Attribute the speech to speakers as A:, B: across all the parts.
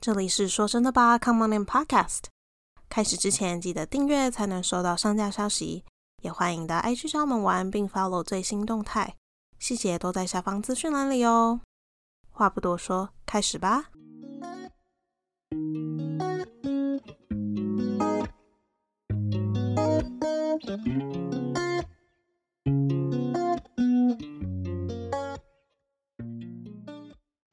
A: 这里是说真的吧，Come on in Podcast。开始之前记得订阅才能收到上架消息，也欢迎到 IG 找我们玩，并 follow 最新动态，细节都在下方资讯栏里哦。话不多说，开始吧。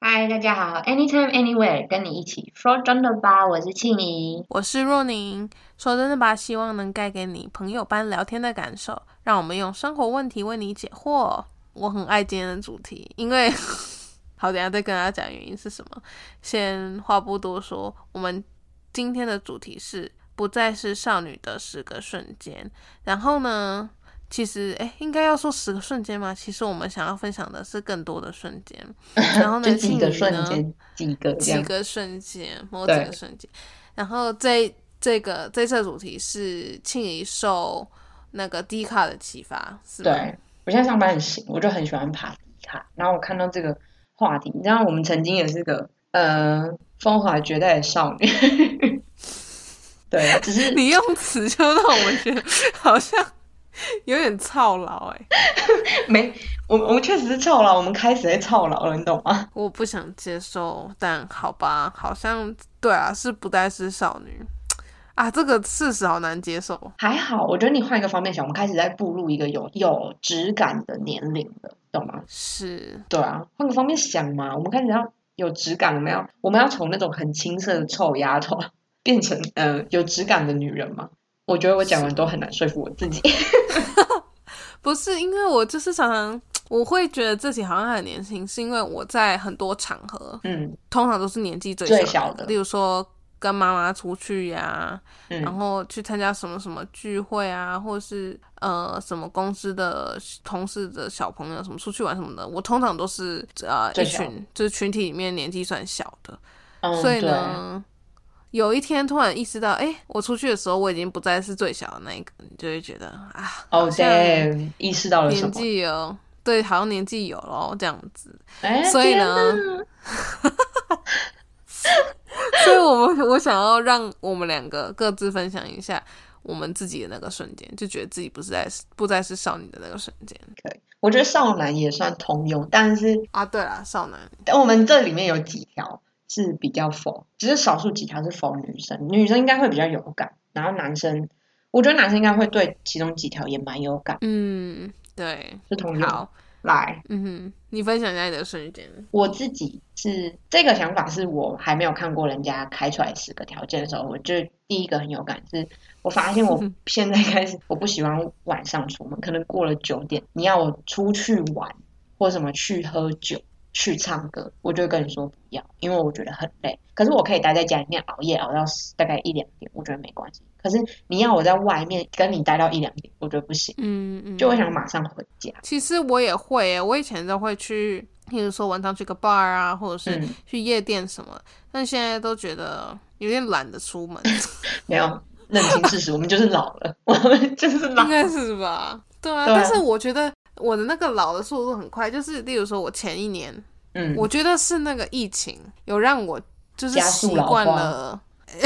B: 嗨，大家好，Anytime Anywhere，跟你一起说真的吧，我是庆怡。
C: 我是若宁。说真的吧，希望能带给你朋友般聊天的感受，让我们用生活问题为你解惑。我很爱今天的主题，因为 好，等一下再跟大家讲原因是什么。先话不多说，我们今天的主题是不再是少女的十个瞬间。然后呢，其实诶，应该要说十个瞬间吗？其实我们想要分享的是更多的瞬间。 然后呢，
B: 就几
C: 庆
B: 个
C: 怡
B: 瞬
C: 呢
B: 间，几个这
C: 几
B: 样，
C: 个瞬间，某几个
B: 对
C: 瞬间。然后这这个这次的主题是庆怡受那个低卡的启发，是吗？
B: 对，我现在上班很闲，我就很喜欢爬迪卡。然后我看到这个话题，你知道我们曾经也是个呃风华绝代的少女， 对，只是
C: 你用词就让我们觉得好像有点操劳哎、
B: 没我我们确实是操劳，我们开始在操劳了，你懂吗？
C: 我不想接受，但好吧，好像对啊，是不再是少女啊，这个事实好难接受。
B: 还好，我觉得你换一个方面想，我们开始在步入一个有有质感的年龄了，懂吗？
C: 是，
B: 对啊，换个方面想嘛，我们开始要有质感，我们要我们要从那种很青涩的臭丫头 变成呃有质感的女人嘛。我觉得我讲完都很难说服我自 己。
C: 不是因为我就是常常我会觉得自己好像很年轻，是因为我在很多场合
B: 嗯
C: 通常都是年纪最
B: 最
C: 小
B: 小的
C: 例如说跟妈妈出去呀、然
B: 嗯，
C: 后去参加什么什么聚会啊，或是呃什么公司的同事的小朋友什么出去玩什么的，我通常都是呃
B: 最
C: 一
B: 小
C: 群就是群体里面年纪算小的，
B: 嗯
C: 所以
B: 对，
C: 呢。有一天突然意识到，哎、我出去的时候我已经不再是最小的那一个，你就会觉得啊，
B: 哦、
C: 好
B: d
C: 像
B: a m n 意识到了什
C: 年
B: 么？
C: 纪有，对，好像年纪有咯，这样子。
B: 哎，
C: 所以
B: 天
C: 呢
B: 哪，
C: 所以我们我想要让我们两个各自分享一下我们自己的那个瞬间，就觉得自己不是在不再是少女的那个瞬间
B: 可以，我觉得少男也算通用，但是
C: 啊。对啦，少男
B: 但我们这里面有几条是比较否，只是少数几条是否女生，女生应该会比较有感，然后男生，我觉得男生应该会对其中几条也蛮有感，
C: 嗯，对，
B: 是通用。
C: 好，
B: 来，
C: 嗯哼，你分享一下你的瞬间。
B: 我自己是这个想法，是我还没有看过人家开出来十个条件的时候，我就第一个很有感，是我发现我现在开始我不喜欢晚上出门，可能过了九点，你要我出去玩或什么去喝酒。去唱歌，我就会跟你说不要，因为我觉得很累。可是我可以待在家里面熬夜，熬到大概一两点，我觉得没关系。可是你要我在外面跟你待到一两点，我觉得不行，
C: 嗯嗯，
B: 就我想马上回家。
C: 其实我也会耶，我以前都会去，譬如说晚上去个 bar 啊，或者是
B: 嗯
C: 去夜店什么，但现在都觉得有点懒得出门，
B: 没有认清事实，我们就是老了，我们就是老
C: 应。该是吧？对啊，
B: 对啊
C: 但是我觉得我的那个老的速度很快，就是例如说，我前一年，
B: 嗯，
C: 我觉得是那个疫情有让我就是
B: 加
C: 习
B: 速老化
C: 惯了，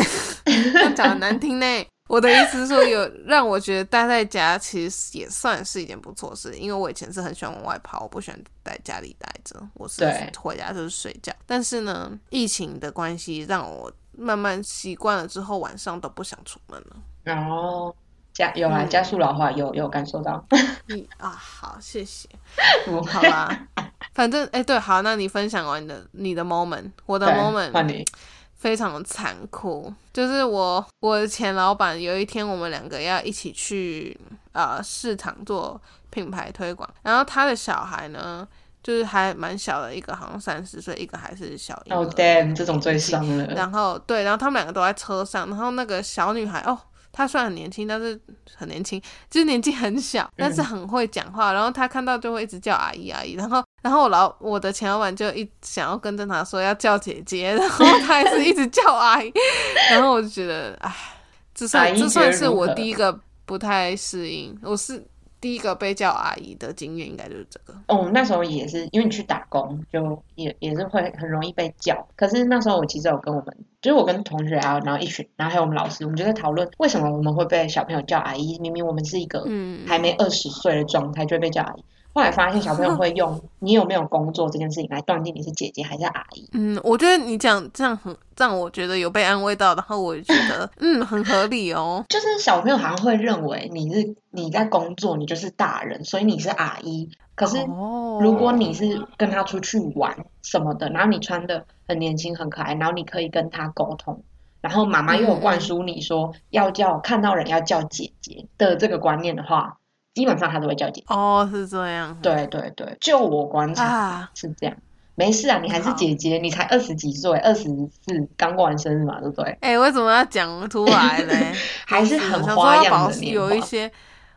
C: 这样讲得难听呢。我的意思是说， 有让我觉得待在家其实也算是一件不错的事，因为我以前是很喜欢往外跑，我不喜欢在家里待着，我是
B: 对
C: 回家就是睡觉。但是呢，疫情的关系让我慢慢习惯了之后，晚上都不想出门了。
B: 然后加有啊，
C: 嗯
B: 加速老化有有感受到，
C: 你啊，好，谢谢。
B: 不
C: 好 啦，反正哎、对，好，那你分享完你的你的 moment，我的
B: 对换
C: moment
B: 你，
C: 非常的残酷，就是我我的前老板有一天我们两个要一起去呃市场做品牌推广，然后他的小孩呢，就是还蛮小的，一个好像三十岁，一个还是小婴
B: 哦、
C: 儿
B: damn，这种最伤 了，
C: 然后对，然后他们两个都在车上，然后那个小女孩哦，她虽然很年轻，但是很年轻，就是年纪很小，
B: 嗯
C: 但是很会讲话。然后她看到就会一直叫阿姨阿姨，然后 然后我老我的前老板就一想要跟着她说要叫姐姐，然后她也是一直叫阿姨，然后我就觉得哎，这
B: 阿
C: 算
B: 姨觉
C: 这
B: 得
C: 算是
B: 如
C: 我
B: 何
C: 第一个不太适应，我是第一个被叫阿姨的经验应该就是这个。
B: 哦，那时候也是因为你去打工，就也也是会很容易被叫。可是那时候我其实有跟我们，就是我跟同学啊，然后一群，然后还有我们老师，我们就在讨论为什么我们会被小朋友叫阿姨，明明我们是一个
C: 嗯，
B: 还没二十岁的状态就会被叫阿姨。后来发现小朋友会 用你有没有工作这件事情来断定你是姐姐还是阿姨。
C: 嗯，我觉得你讲这样很让我觉得有被安慰到，然后我觉 得嗯很合理哦。
B: 就是小朋友好像会认为你是你在工作，你就是大人，所以你是阿姨。可是
C: 哦，
B: 如果你是跟他出去玩什么的，然后你穿的很年轻很可爱，然后你可以跟他沟通，然后妈妈又有
C: 嗯
B: 灌输你说要叫看到人要叫姐姐的这个观念的话，基本上他都会叫姐姐。
C: 哦是这样，
B: 对对对，就我观察
C: 啊，
B: 是这样。没事啊，你还是姐姐，你才二十几岁，二十四刚过完生日嘛，对不对？
C: 哎、为什么要讲出来嘞？
B: 还是
C: 我
B: 很
C: 想说
B: 花
C: 要
B: 样
C: 保
B: 的
C: 持
B: 年
C: 有一
B: 华
C: 些，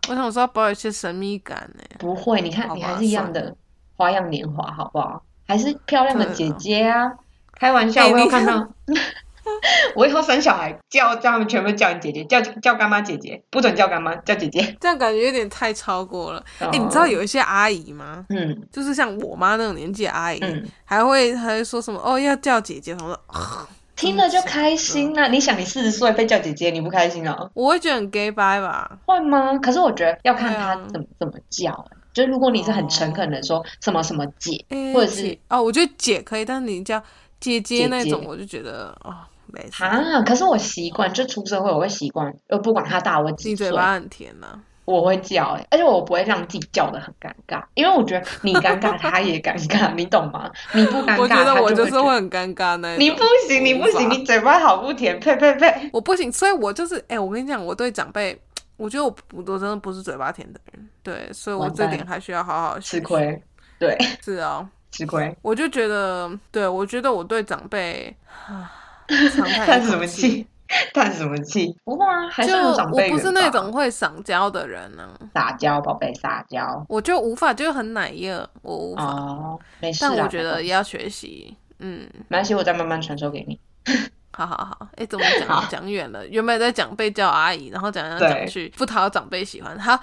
C: 我想说要保有一些神秘感欸呢。
B: 不会，你看
C: 好
B: 你
C: 吧
B: 还是一样的花样年华，好不好？还是漂亮的
C: 对
B: 姐
C: 哦
B: 姐啊！开玩笑，
C: 哎
B: 我有
C: 你
B: 看
C: 看
B: 到，我以后生小孩叫叫他们全部叫你姐姐，叫叫干妈姐姐，不准叫干妈，叫姐姐。
C: 这样感觉有点太超过了。 哎、你知道
B: 哦
C: 有一些阿姨吗？
B: 嗯
C: 就是像我妈那种年纪的阿姨，
B: 嗯，
C: 还会还会说什么哦要叫姐姐什么的，啊
B: 听了就开心啊！你想，你四十岁被叫姐姐，你不开心啊？
C: 我会觉得很 gay 啊掰吧。
B: 会吗？可是我觉得要看
C: 对啊哦
B: 他怎么怎么叫、欸。就如果你是很诚恳的说什么什么姐，
C: 哎
B: 或者是
C: 姐哦，我觉得姐可以，但你叫姐姐那
B: 姐
C: 种，
B: 姐
C: 我就觉得哦没事，
B: 啊，可是我习惯，就出社会我会习惯，呃，不管他大我几
C: 你嘴
B: 岁，
C: 巴很甜呐、
B: 我会叫、欸，而且我不会让自己叫的很尴尬，因为我觉得你尴尬，他也尴 尬，你懂吗？你不尴
C: 我
B: 尬，
C: 觉得
B: 他
C: 我
B: 就
C: 就是
B: 觉
C: 会
B: 得
C: 很尴尬那一种。
B: 你不行，你
C: 我无
B: 不行，
C: 法
B: 你嘴巴好不甜，呸呸呸！
C: 我不行，所以我就是，哎、我跟你讲，我对长辈，我觉得我不，我真的不是嘴巴甜的人，对，所以我
B: 完
C: 这
B: 蛋
C: 点还需要好好
B: 吃
C: 学习。
B: 亏，对，
C: 是哦，
B: 吃亏。
C: 我就觉得，对我觉得我对长 辈，啊长叹
B: 叹
C: 一
B: 什
C: 口
B: 么？气？ 叹什么气？不会啊，还
C: 就是
B: 有长
C: 我
B: 辈
C: 不
B: 缘
C: 是那
B: 吧
C: 种会撒娇的人呢、
B: 撒娇，宝贝撒娇
C: 我就无法，就是很奶热，我无法。
B: 哦，没事
C: 但我
B: 啦，
C: 觉得也要学习，嗯，
B: 没关系，我再慢慢传授给你。
C: 好好好，哎、怎么
B: 好
C: 讲讲远了？原本在讲被叫阿姨，然后讲讲
B: 对
C: 讲去不讨长辈喜欢。 好，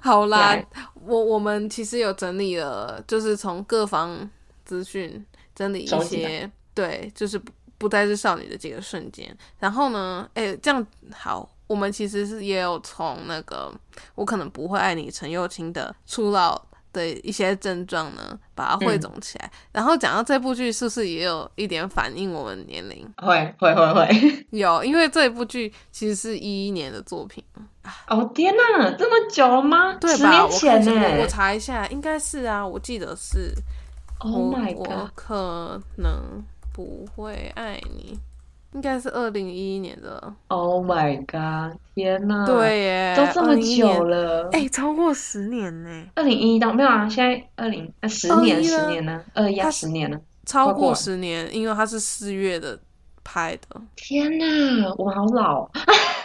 C: 好啦
B: 来，
C: 我我们其实有整理了，就是从各方资讯整理一
B: 收集
C: 些，对，就是不不再是少女的几个瞬间。然后呢，哎、这样好。我们其实是也有从那个我可能不会爱你陈幼卿的初老的一些症状呢，把它汇
B: 嗯
C: 总起来。然后讲到这部剧，是不是也有一点反映我们年龄？
B: 会会会会！
C: 有，因为这部剧其实是一一年的作品，
B: 哦天哪，这么久了吗？
C: 对
B: 十
C: 吧？
B: 年
C: 我看
B: 前欸
C: 一下
B: 呢
C: 我我查一下，应该是啊，我记得是。
B: ？Oh
C: 我
B: my
C: 我
B: god！
C: 可能不会爱你，应该是二零一一年的。
B: Oh my god！天呐，
C: 对耶，
B: 嗯都这么久
C: 了，
B: 了。
C: 哎、超过十年呢，
B: 二零一一到没有啊？现在二零啊十年
C: 21
B: 十
C: 啊
B: 年呢？二一啊
C: 它
B: 十年呢？
C: 超
B: 快过
C: 过
B: 了
C: 十年，因为它是四月的拍的。
B: 天呐，我好老！啊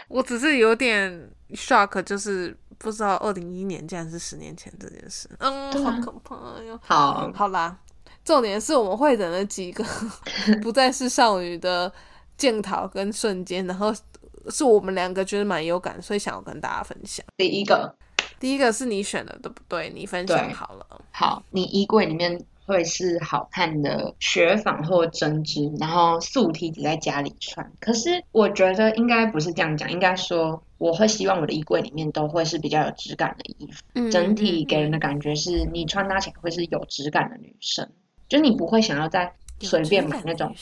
C: 我只是有点 shock，就是不知道二零一一年竟然是十年前这件事，嗯，
B: 对
C: 好
B: 啊
C: 可怕哟。
B: 好，
C: 好啦，重点是我们会诊了几个 不再是少女的检讨跟瞬间，然后是我们两个觉得蛮有感，所以想要跟大家分享。
B: 第一个
C: 第一个是你选的，对不对？你分享
B: 对
C: 好了。
B: 好，你衣柜里面会是好看的雪纺或针织，然后素 T 只在家里穿。可是我觉得应该不是这样讲，应该说我会希望我的衣柜里面都会是比较有质感的衣服。
C: 嗯
B: 整体给人的感觉是你穿搭起来会是有质感的女生，就你不会想要再随便买那种，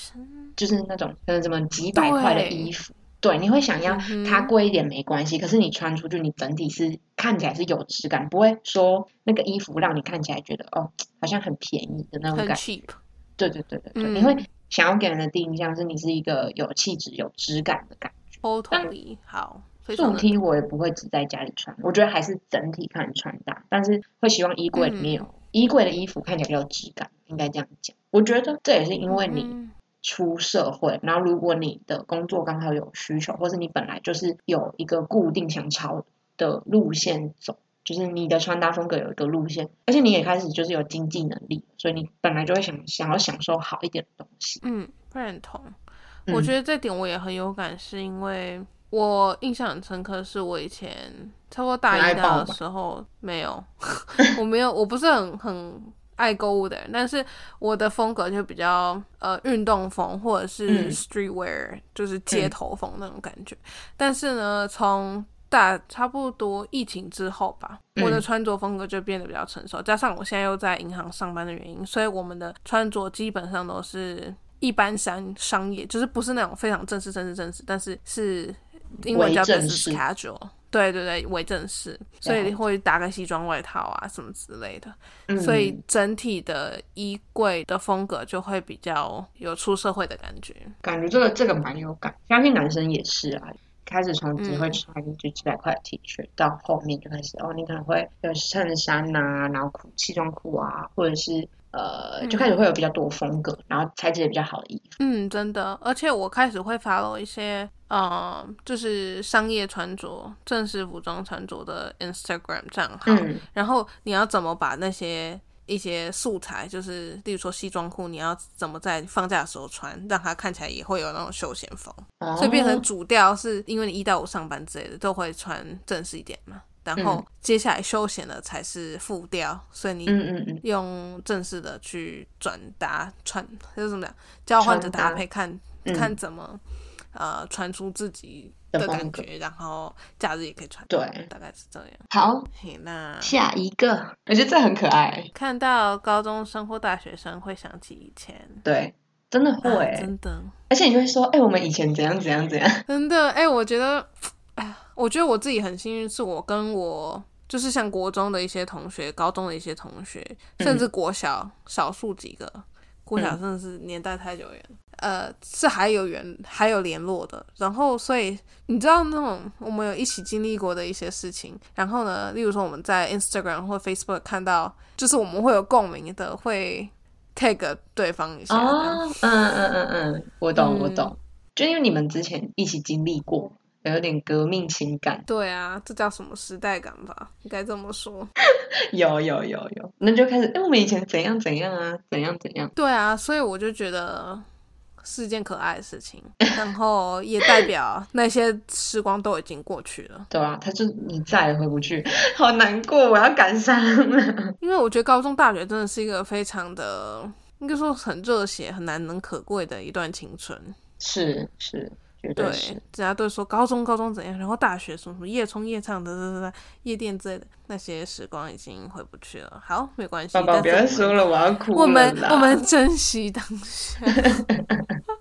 B: 就是那种可能什么几百块的
C: 对
B: 衣服。对，你会想要
C: 嗯哼
B: 它贵一点没关系，可是你穿出去，你整体是看起来是有质感，不会说那个衣服让你看起来觉得哦，好像很便宜的那种
C: 很
B: 感觉。
C: cheap，
B: 对对对对对，
C: 嗯
B: 你会想要给人的第一印象是你是一个有气质、有质感的感觉。
C: 偷偷
B: 但
C: 里好，非常
B: 素
C: 的
B: T 我也不会只在家里穿，我觉得还是整体看穿搭，但是会希望衣柜里面
C: 嗯
B: 有、衣柜的衣服看起来比较有质感，应该这样讲。我觉得这也是因为你
C: 嗯
B: 出社会，然后如果你的工作刚好有需求，或是你本来就是有一个固定想朝的路线走，就是你的穿搭风格有一个路线，而且你也开始就是有经济能力，所以你本来就会想想要享受
C: 嗯
B: 好一点的东西。
C: 嗯，认同。
B: 嗯
C: 我觉得这点我也很有感，是因为我印象很深刻，是我以前差不多大
B: 很爱
C: 一
B: 抱
C: 大
B: 吧
C: 的时候，没 有，我没有，我不是很很爱购物的人，但是我的风格就比较呃运动风或者是
B: 嗯
C: streetwear，、就是街头风那种感觉。但是呢，从大差不多疫情之后吧，
B: 嗯
C: 我的穿着风格就变得比较成熟，加上我现在又在银行上班的原因，所以我们的穿着基本上都是一般商商业，就是不是那种非常正式、正式、正式，但是是英文叫
B: 为正式
C: business casual，对对对，为正式，所
B: 了
C: 以
B: 解
C: 会搭个西装外套啊什么之类的，
B: 嗯，
C: 所以整体的衣柜的风格就会比较有出社会的感觉。
B: 感觉这个这个蛮有感，相信男生也是啊。开始从只会
C: 嗯
B: 穿就几百块的 T 恤，到后面就开始哦，你可能会有衬衫呐、然后裤西装裤啊，或者是呃，就开始会有比较多风格，然后材质也比较好的衣服。
C: 嗯，真的，而且我开始会 follow 一些，呃，就是商业穿着、正式服装穿着的 Instagram 账号。
B: 嗯，
C: 然后你要怎么把那些一些素材，就是例如说西装裤，你要怎么在放假的时候穿，让它看起来也会有那种休闲风，
B: 哦
C: 所以变成主调是因为你一到五上班之类的都会穿正式一点嘛，然后
B: 嗯
C: 接下来休闲的才是副调，所以你
B: 嗯嗯嗯，
C: 用正式的去转达穿，就是怎么讲，交换着
B: 穿搭
C: 搭配看，
B: 嗯
C: 看怎么呃传出自己
B: 的
C: 的
B: 风
C: 感
B: 格
C: 觉，然后假日也可以穿，
B: 嗯对
C: 大概是这样。
B: 好，
C: 嘿，那
B: 下一个，我觉得这很可爱，
C: 看到高中生或大学生会想起以前，
B: 对，真的会，欸
C: 啊真的
B: 而且你就会说，哎、我们以前怎样怎样怎样，
C: 真的，哎、我觉得，哎呀，我觉得我自己很幸运，是我跟我就是像国中的一些同学、高中的一些同学，
B: 嗯
C: 甚至国小少数几个，国小真的是年代太久远了。呃，是还有缘，还有联络的。然后，所以你知道那种我们有一起经历过的一些事情。然后呢，例如说我们在 Instagram 或 Facebook 看到，就是我们会有共鸣的，会 tag 对方一下。这样
B: 哦，嗯嗯嗯嗯，我懂我
C: 嗯
B: 懂，就因为你们之前一起经历过，有点革命情感，
C: 对啊，这叫什么时代感吧？应该这么说。
B: 有有有有，那就开始，哎、我们以前怎样怎样啊，怎样怎样，
C: 对啊，所以我就觉得是件可爱的事情， 然后也代表那些时光都已经过去了。
B: 对啊，他就你再也回不去， 好难过，我要感伤了，
C: 因为我觉得高中、大学真的是一个非常的，应该说很热血、很难能可贵的一段青春。
B: 是是，绝对
C: 对
B: 是，，
C: 大家都说高中、高中怎样，然后大学什么什么夜冲、夜唱的、的的的夜店之类的，那些时光已经回不去了。好，没关系，
B: 宝宝
C: 但
B: 不
C: 是
B: 要
C: 我们
B: 说了，我要哭
C: 我们
B: 了啦
C: 我们珍惜当下。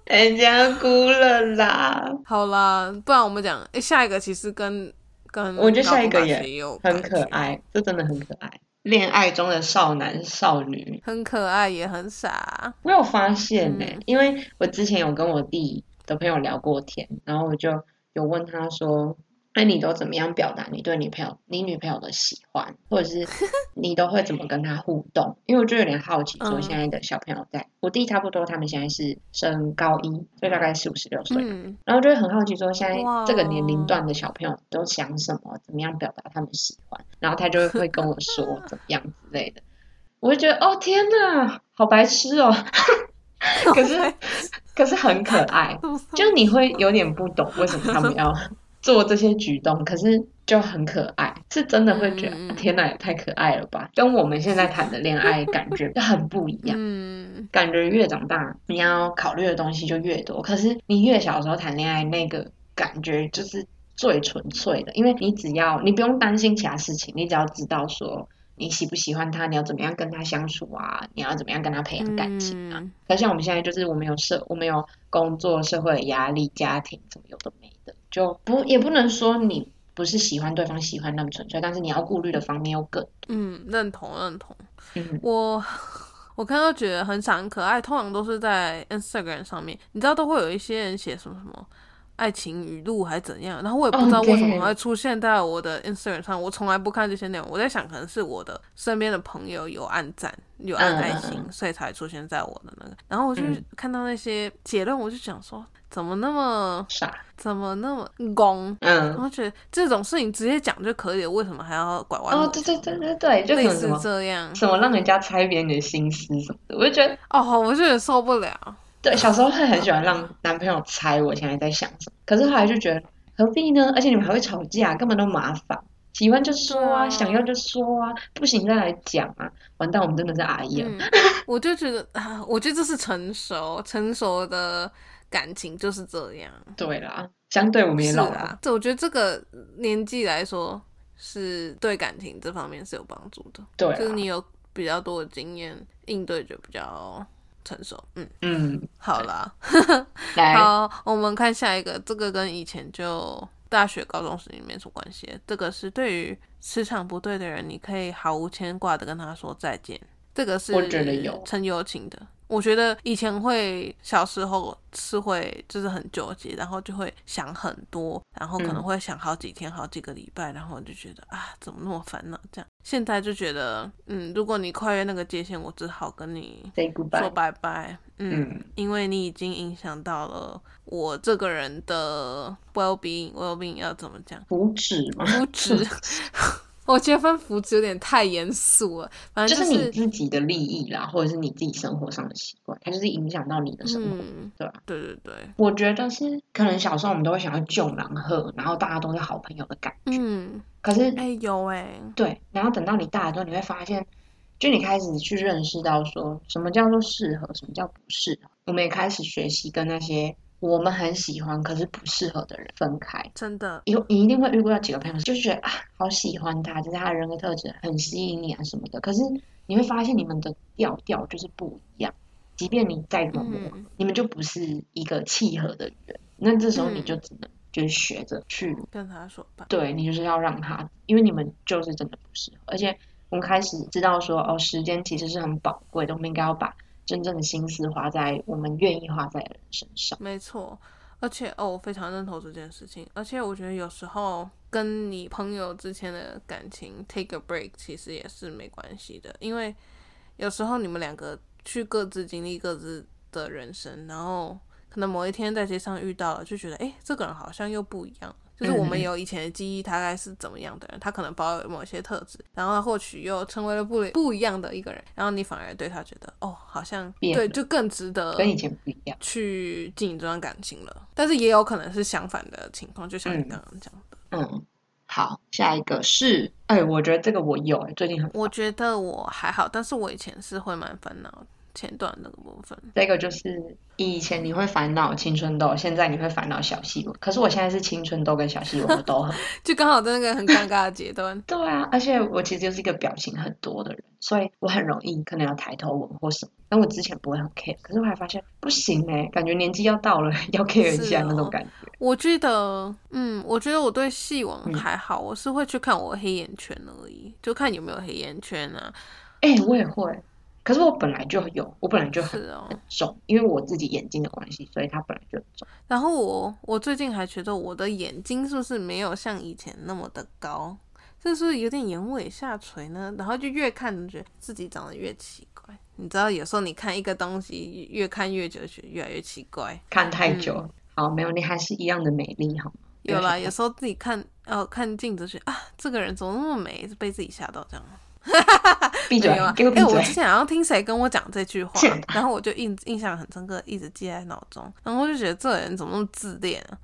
B: 人家哭了啦，
C: 好啦，不然我们讲，诶下一个其实跟跟
B: 我觉得下一个
C: 高中
B: 也
C: 大学有
B: 很
C: 感
B: 可
C: 觉，
B: 爱，这真的很可爱，恋爱中的少男少女。
C: 很可爱也很傻。
B: 我有发现呢、
C: 嗯
B: 因为我之前有跟我弟的朋友聊过天，然后我就有问他说：“那你都怎么样表达你对女朋友、你女朋友的喜欢，或者 是你都会怎么跟她互动？”因为我就有点好奇，说
C: 嗯
B: 现在的小朋友在、我弟差不多，他们现在是升高一，所以大概十五十六岁，
C: 嗯，
B: 然后就会很好奇说，现在
C: 哇
B: 这个年龄段的小朋友都想什么，怎么样表达他们喜欢，然后他就会跟我 说怎么样之类的，我就觉得哦天哪，好白痴 哦，可是可是很可爱，就你会有点不懂为什么他们 要做这些举动，可是就很可爱，是真的会觉得、
C: 嗯嗯
B: 啊天哪，也太可爱了吧，跟我们现在谈的恋爱感觉就很不一样。
C: 嗯，
B: 感觉越长大，你要考虑的东西就越多。可是你越小的时候谈恋爱，那个感觉就是最纯粹的，因为你只要你不用担心其他事情，你只要知道说你喜不喜欢他，你要怎么样跟他相处啊，你要怎么样跟他培养感情啊。
C: 嗯
B: 可像我们现在就是我们有社，我们有工作、社会的压力、家庭什么有的没的，就不也不能说你不是喜欢对方喜欢那么纯粹，但是你要顾虑的方面又更
C: 嗯，认同认同。
B: 嗯
C: 我 我看到觉得很傻很可爱，通常都是在 Instagram 上面，你知道都会有一些人写什么什么。爱情语录还怎样？然后我也不知道
B: 哦对
C: 为什么会出现在我的 Instagram 上，我从来不看这些内容。我在想，可能是我的身边的朋友有按赞、有按爱心，
B: 嗯
C: 所以才出现在我的那个。然后我就
B: 嗯
C: 看到那些结论，我就想说，怎么那么
B: 傻。
C: 怎么那么拱？然
B: 嗯，
C: 后觉得这种事情直接讲就可以了，为什么还要拐弯抹
B: 哦，
C: 角？
B: 对对对对对，就可
C: 类
B: 能什
C: 似
B: 么
C: 这样。
B: 什么让人家猜别人的心思什么的，我就觉得
C: 哦，我就有点受不了。
B: 对，小时候会很喜欢让男朋友猜我现在在想什么，可是后来就觉得何必呢？而且你们还会吵架，干嘛那么麻烦？喜欢就说
C: 对啊
B: 啊，想要就说啊，不行再来讲啊。完蛋，我们真的是阿姨了。
C: 嗯， 我就觉得啊，我觉得这是成熟，成熟的感情就是这样。
B: 对啦，相对我们也
C: 是
B: 老了。
C: 啊，这我觉得这个年纪来说是对感情这方面是有帮助的，
B: 对啊
C: 就是
B: 啦，
C: 你有比较多的经验应对就比较成熟。嗯，
B: 嗯，
C: 好啦，
B: 来，
C: 好，我们看下一个，这个跟以前就大学、高中时期没什么关系的。这个是对于磁场不对的人，你可以毫无牵挂的跟他说再见。这个是
B: 我觉得有
C: 陈友情的。我觉得以前会小时候是会就是很纠结，然后就会想很多，然后可能
B: 嗯
C: 会想好几天、好几个礼拜，然后就觉得啊，怎么那么烦恼这样。现在就觉得，嗯，如果你跨越那个界限，我只好跟你
B: say
C: 说
B: goodbye。
C: 拜拜，嗯，
B: 嗯
C: 因为你已经影响到了我这个人的 well being，well being 要怎么讲？
B: 福祉嘛，
C: 福祉， 我觉得分福祉有点太严肃了，反正
B: 就是
C: 是
B: 你自己的利益啦，或者是你自己生活上的习惯，它就是影响到你的生活。
C: 嗯，
B: 对吧
C: 对对对，
B: 我觉得啊是，可能小时候我们都会想要救狼喝，然后大家都是好朋友的感觉。
C: 嗯，
B: 可是
C: 哎、有哎、
B: 对，然后等到你大了之后，你会发现，就你开始去认识到说什么叫做适合，什么叫不适合。我们也开始学习跟那些我们很喜欢可是不适合的人分开。
C: 真的，
B: 有你一定会遇过到几个朋友，就是觉得啊，好喜欢他，就是他的人格特质很吸引你啊什么的。可是你会发现你们的调调就是不一样，即便你再怎么磨，
C: 嗯
B: 你们就不是一个契合的人。那这时候你
C: 嗯
B: 就只能就是学着去
C: 跟他说吧，
B: 对你就是要让他，因为你们就是真的不适合。而且我们开始知道说，哦，时间其实是很宝贵的，我们应该要把真正的心思花在我们愿意花在的人身上。
C: 没错，而且哦，我非常认同这件事情。而且我觉得有时候跟你朋友之间的感情 take a break 其实也是没关系的，因为有时候你们两个去各自经历各自的人生，然后可能某一天在街上遇到了，就觉得诶，这个人好像又不一样。就是我们
B: 嗯
C: 有以前的记忆，大概是怎么样的人，他可能保有某些特质，然后他或许又成为了不不一样的一个人，然后你反而对他觉得，哦，好像
B: 变
C: 对，
B: 了
C: 就更值得
B: 跟以前不一样，
C: 去经营这段感情了，但是也有可能是相反的情况，就像你
B: 嗯
C: 刚刚讲的。
B: 嗯，好，下一个是，哎，我觉得这个我有，哎，最近很
C: 我觉得我还好，但是我以前是会蛮烦恼前段那个部分。
B: 这个就是以前你会烦恼青春痘，现在你会烦恼小细纹，可是我现在是青春痘跟小细纹我都很。。
C: 就刚好在那个很尴尬的阶段
B: 对啊，而且我其实就是一个表情很多的人，所以我很容易可能有抬头纹或什么。但我之前不会很 care，可是我还发现不行哎、感觉年纪要到了， 要 care 一
C: 是
B: 下那种
C: 哦
B: 感觉。
C: 我记得，嗯，我觉得我对细纹
B: 嗯
C: 还好，我是会去看我黑眼圈而已，就看有没有黑眼圈啊。
B: 哎、我也会，可是我本来就有，我本来就很
C: 是哦，
B: 很重，因为我自己眼睛的关系，所以它本来就很重。
C: 然后我我最近还觉得我的眼睛是不是没有像以前那么的高，这是不是有点眼尾下垂呢？然后就越看觉得自己长得越奇怪。你知道，有时候你看一个东西，越看越久，觉得越来越奇怪。
B: 看太
C: 嗯
B: 久，好，没有，你还是一样的美丽好吗？不要
C: 有啦，
B: 想
C: 有时候自己看，呃，看镜子觉得啊，这个人怎么那么美，是被自己吓到这样。
B: 闭嘴
C: 没有啊，
B: 给我闭
C: 我
B: 嘴。
C: 之前好像听谁跟我讲这句话
B: 是，
C: 然后我就印印象很深刻，一直记在脑中。然后我就觉得这个人怎么那么自恋啊，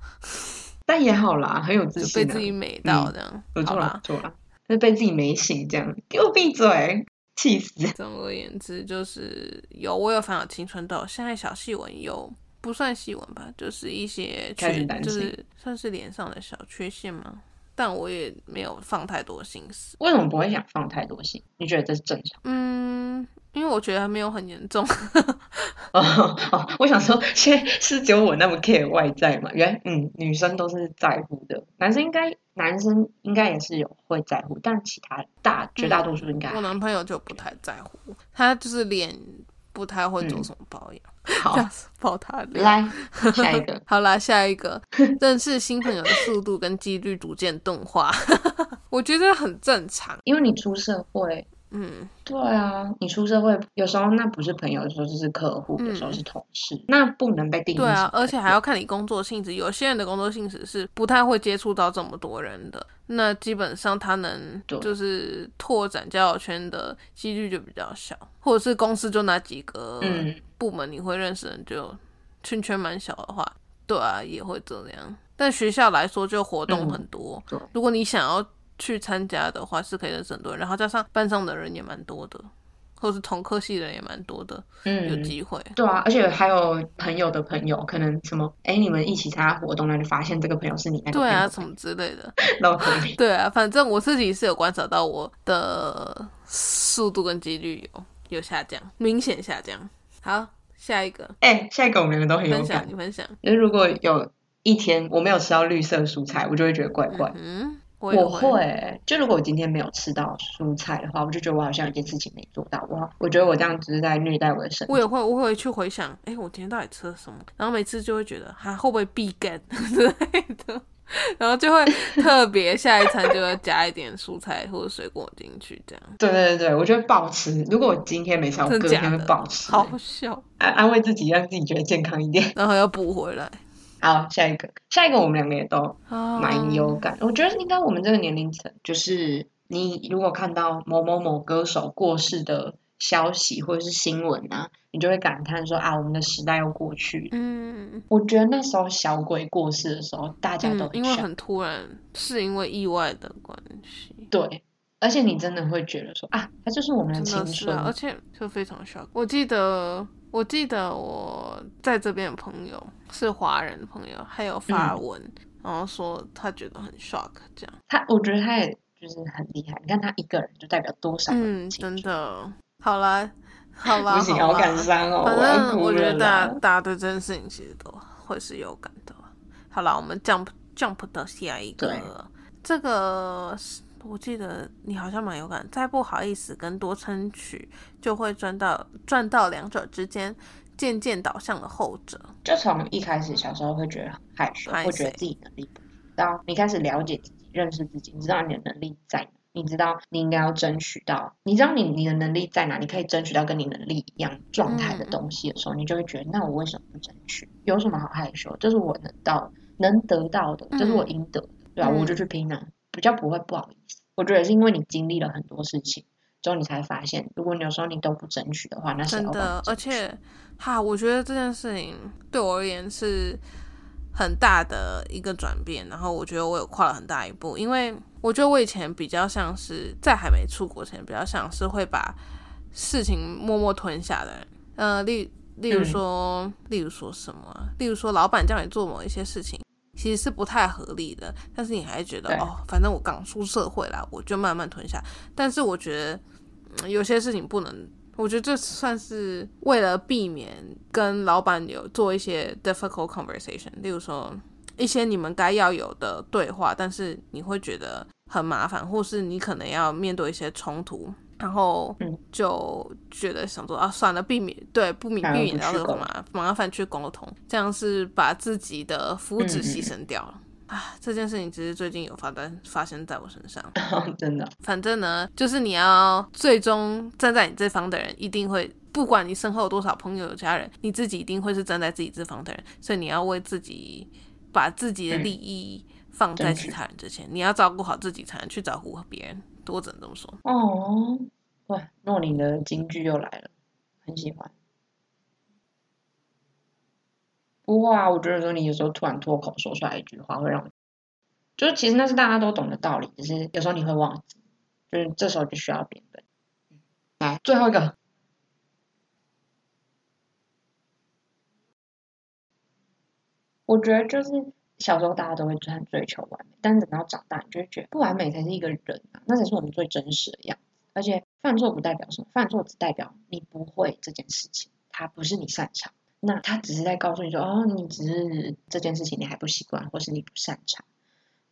B: 但也好啦，很有自
C: 就
B: 信
C: 被
B: 啊
C: 自己美到
B: 嗯
C: 这样。
B: 不
C: 好
B: 错
C: 啦
B: 啦，，不错啦，就是被自己没醒这样，给我闭嘴，气死！
C: 总而言之，就是有我有烦恼青春痘，现在小细纹有不算细纹吧，就是一些
B: 开始
C: 缺，
B: 担
C: 就
B: 心
C: 是算是脸上的小缺陷吗？但我也没有放太多心思，
B: 为什么不会想放太多心？你觉得这是正常？
C: 嗯，因为我觉得没有很严重，
B: 哦哦，我想说，现在是只有我那么 care 外在嘛？原来嗯，女生都是在乎的，男生应该男生应该也是有会在乎，但其他大绝大多数应该
C: 嗯我男朋友就不太在乎，他就是脸不太会做什么保养，
B: 好。
C: 保他
B: 嗯哦
C: 脸。
B: 来，
C: ，
B: 下一个
C: 好啦，下一个认识新朋友的速度跟几率逐渐钝化， 我觉得很正常。
B: 因为你出社会，
C: 嗯，
B: 对啊，你出社会，有时候那不是朋友，有时候就是客户，有时候
C: 嗯
B: 是同事，那不能被定义
C: 对啊
B: 成，
C: 而且
B: 朋
C: 还
B: 友
C: 要看你工作性质。有些人的工作性质是不太会接触到这么多人的，那基本上他能
B: 对
C: 就是拓展交友圈的几率就比较小，或者是公司就那几个
B: 嗯
C: 部门你会认识的人就圈圈蛮小的话，对啊，也会这样。但学校来说就活动很多，
B: 嗯对
C: 如果你想要去参加的话，是可以认识很多人，然后加上班上的人也蛮多的，或是同科系的人也蛮多的，有
B: 嗯，
C: 机会。
B: 对啊，而且还有朋友的朋友，可能什么，哎，你们一起参加活动，那就发现这个朋友是你那个
C: 对啊，什
B: 朋友
C: 么之类的。
B: 的朋友，然后合理
C: 对啊，反正我自己是有观察到我的速度跟几率有有下降，明显下降。好，下一个
B: 哎，下一个我们两个都很有
C: 分享，
B: 感
C: 你，分享。
B: 就是如果有一天我没有吃到绿色蔬菜，我就会觉得怪怪的。
C: 嗯，我也
B: 我
C: 会。
B: 会，就如果我今天没有吃到蔬菜的话，我就觉得我好像有一件事情没做到，我我觉得我这样只是在虐待我的身体
C: 我。也会，我会去回想，哎、我今天到底吃了什么？然后每次就会觉得，哈，会不会必干 之类的，然后就会特别下一餐就会加一点蔬菜或者水果进去，这样
B: 对对对，我就会暴吃。如果我今天没吃，我
C: 真
B: 隔
C: 的假
B: 天会
C: 的
B: 暴吃，
C: 好笑，
B: 安安慰自己，让自己觉得健康一点。
C: 然后要补回来，
B: 好，下一个，下一个我们两个也都
C: 啊
B: 蛮有感。我觉得应该我们这个年龄层，就是你如果看到某某某歌手过世的消息或者是新闻啊，你就会感叹说啊，我们的时代又过去了。
C: 嗯
B: 我觉得那时候小鬼过世的时候，大家都
C: 嗯，因为
B: 吓
C: 很突然，是因为意外的关系。
B: 对，而且你真的会觉得说啊，它就是我们的
C: 真
B: 青
C: 的是
B: 春。
C: 啊，而且就非常 shock。我记得，我记得我在这边的朋友是华人朋友，
B: 嗯
C: 还有发文，然后说他觉得很 shock，这样。
B: 他，我觉得他也就是很厉害。你看他一个人就代表多少人
C: 嗯，
B: 的青
C: 真
B: 春
C: 的。好啦，好啦，
B: 不行，
C: 好
B: 好
C: 啦
B: 感伤哦，
C: 反
B: 我要
C: 正
B: 哭
C: 我觉
B: 了
C: 得大
B: 啦
C: 家大家对这件事情其实都会是有感的吧。好啦，我们 jump jump 到下一
B: 对
C: 个，这个是我记得你好像蛮有感，再不好意思跟多争取，就会赚到赚到两者之间渐渐导向的后者。
B: 就从一开始小时候会觉得很害羞，
C: 害
B: 会觉得
C: 羞
B: 自己能力不足，到你开始了解自己、认识自己，你知道你的能力在哪，你知道你应该要争取到，你知道你你的能力在哪，你可以争取到跟你能力一样状态的
C: 嗯
B: 东西的时候，你就会觉得，那我为什么不争取？有什么好害羞？这是我能到、能得到的，这是我
C: 嗯
B: 应得的，对吧、我就
C: 嗯
B: 去拼啊，比较不会不好意思。我觉得也是因为你经历了很多事情之后，你才发现，如果你有时候你都不争取的话，那谁
C: 真
B: 要帮
C: 的
B: 你，
C: 而
B: 争取
C: 且哈，我觉得这件事情对我而言是很大的一个转变，然后我觉得我有跨了很大一步，因为我觉得我以前比较像是在还没出国前，比较像是会把事情默默吞下的人，呃，例例如
B: 嗯
C: 说，例如说什么啊，例如说老板叫你做某一些事情。其实是不太合理的，但是你还觉得
B: 对
C: 哦，反正我刚出社会啦，我就慢慢吞下。但是我觉得嗯有些事情不能，我觉得这算是为了避免跟老板有做一些 difficult conversation，例如说一些你们该要有的对话，但是你会觉得很麻烦，或是你可能要面对一些冲突，然后
B: 嗯
C: 就觉得想说啊，算了，避免对不免
B: 反而
C: 避
B: 不
C: 免掉
B: 去
C: 这个
B: 沟
C: 麻麻烦去沟通，这样是把自己的福
B: 嗯
C: 祉
B: 嗯嗯
C: 牺牲掉了。啊，这件事情其实最近有发生发生在我身上，
B: 真的。
C: 反正呢，就是你要最终站在你这方的人，一定会不管你身后有多少朋友、有家人，你自己一定会是站在自己这方的人，所以你要为自己把自己的
B: 嗯
C: 利益放在
B: 争
C: 其
B: 取
C: 他人之前，你要照顾好自己，才能去照顾别人。我只能这么说。
B: 哦，哇，诺林的京剧又来了，很喜欢。不会啊，我觉得说你有时候突然脱口说出来一句话，会让我，就是其实那是大家都懂的道理，只是有时候你会忘记，就是这时候就需要别人。来，最后一个，我觉得就是小时候大家都会很追求完美，但是等到长大，你就会觉得不完美才是一个人啊，那才是我们最真实的样子。而且犯错不代表什么，犯错只代表你不会这件事情，它不是你擅长。那他只是在告诉你说，哦，你只是这件事情你还不习惯，或是你不擅长。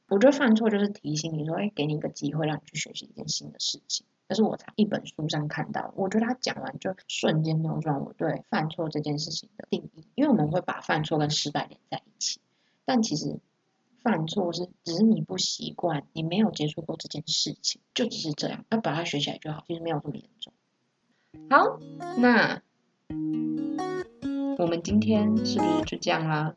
B: 我觉得犯错就是提醒你说，哎，给你一个机会，让你去学习一件新的事情。这是我在一本书上看到的，我觉得他讲完就瞬间扭转我对犯错这件事情的定义，因为我们会把犯错跟失败连在一起。但其实犯错是只是你不习惯，你没有接触过这件事情，就只是这样，要把它学起来就好，其实没有这么严重。好，那我们今天是不是就这样啦？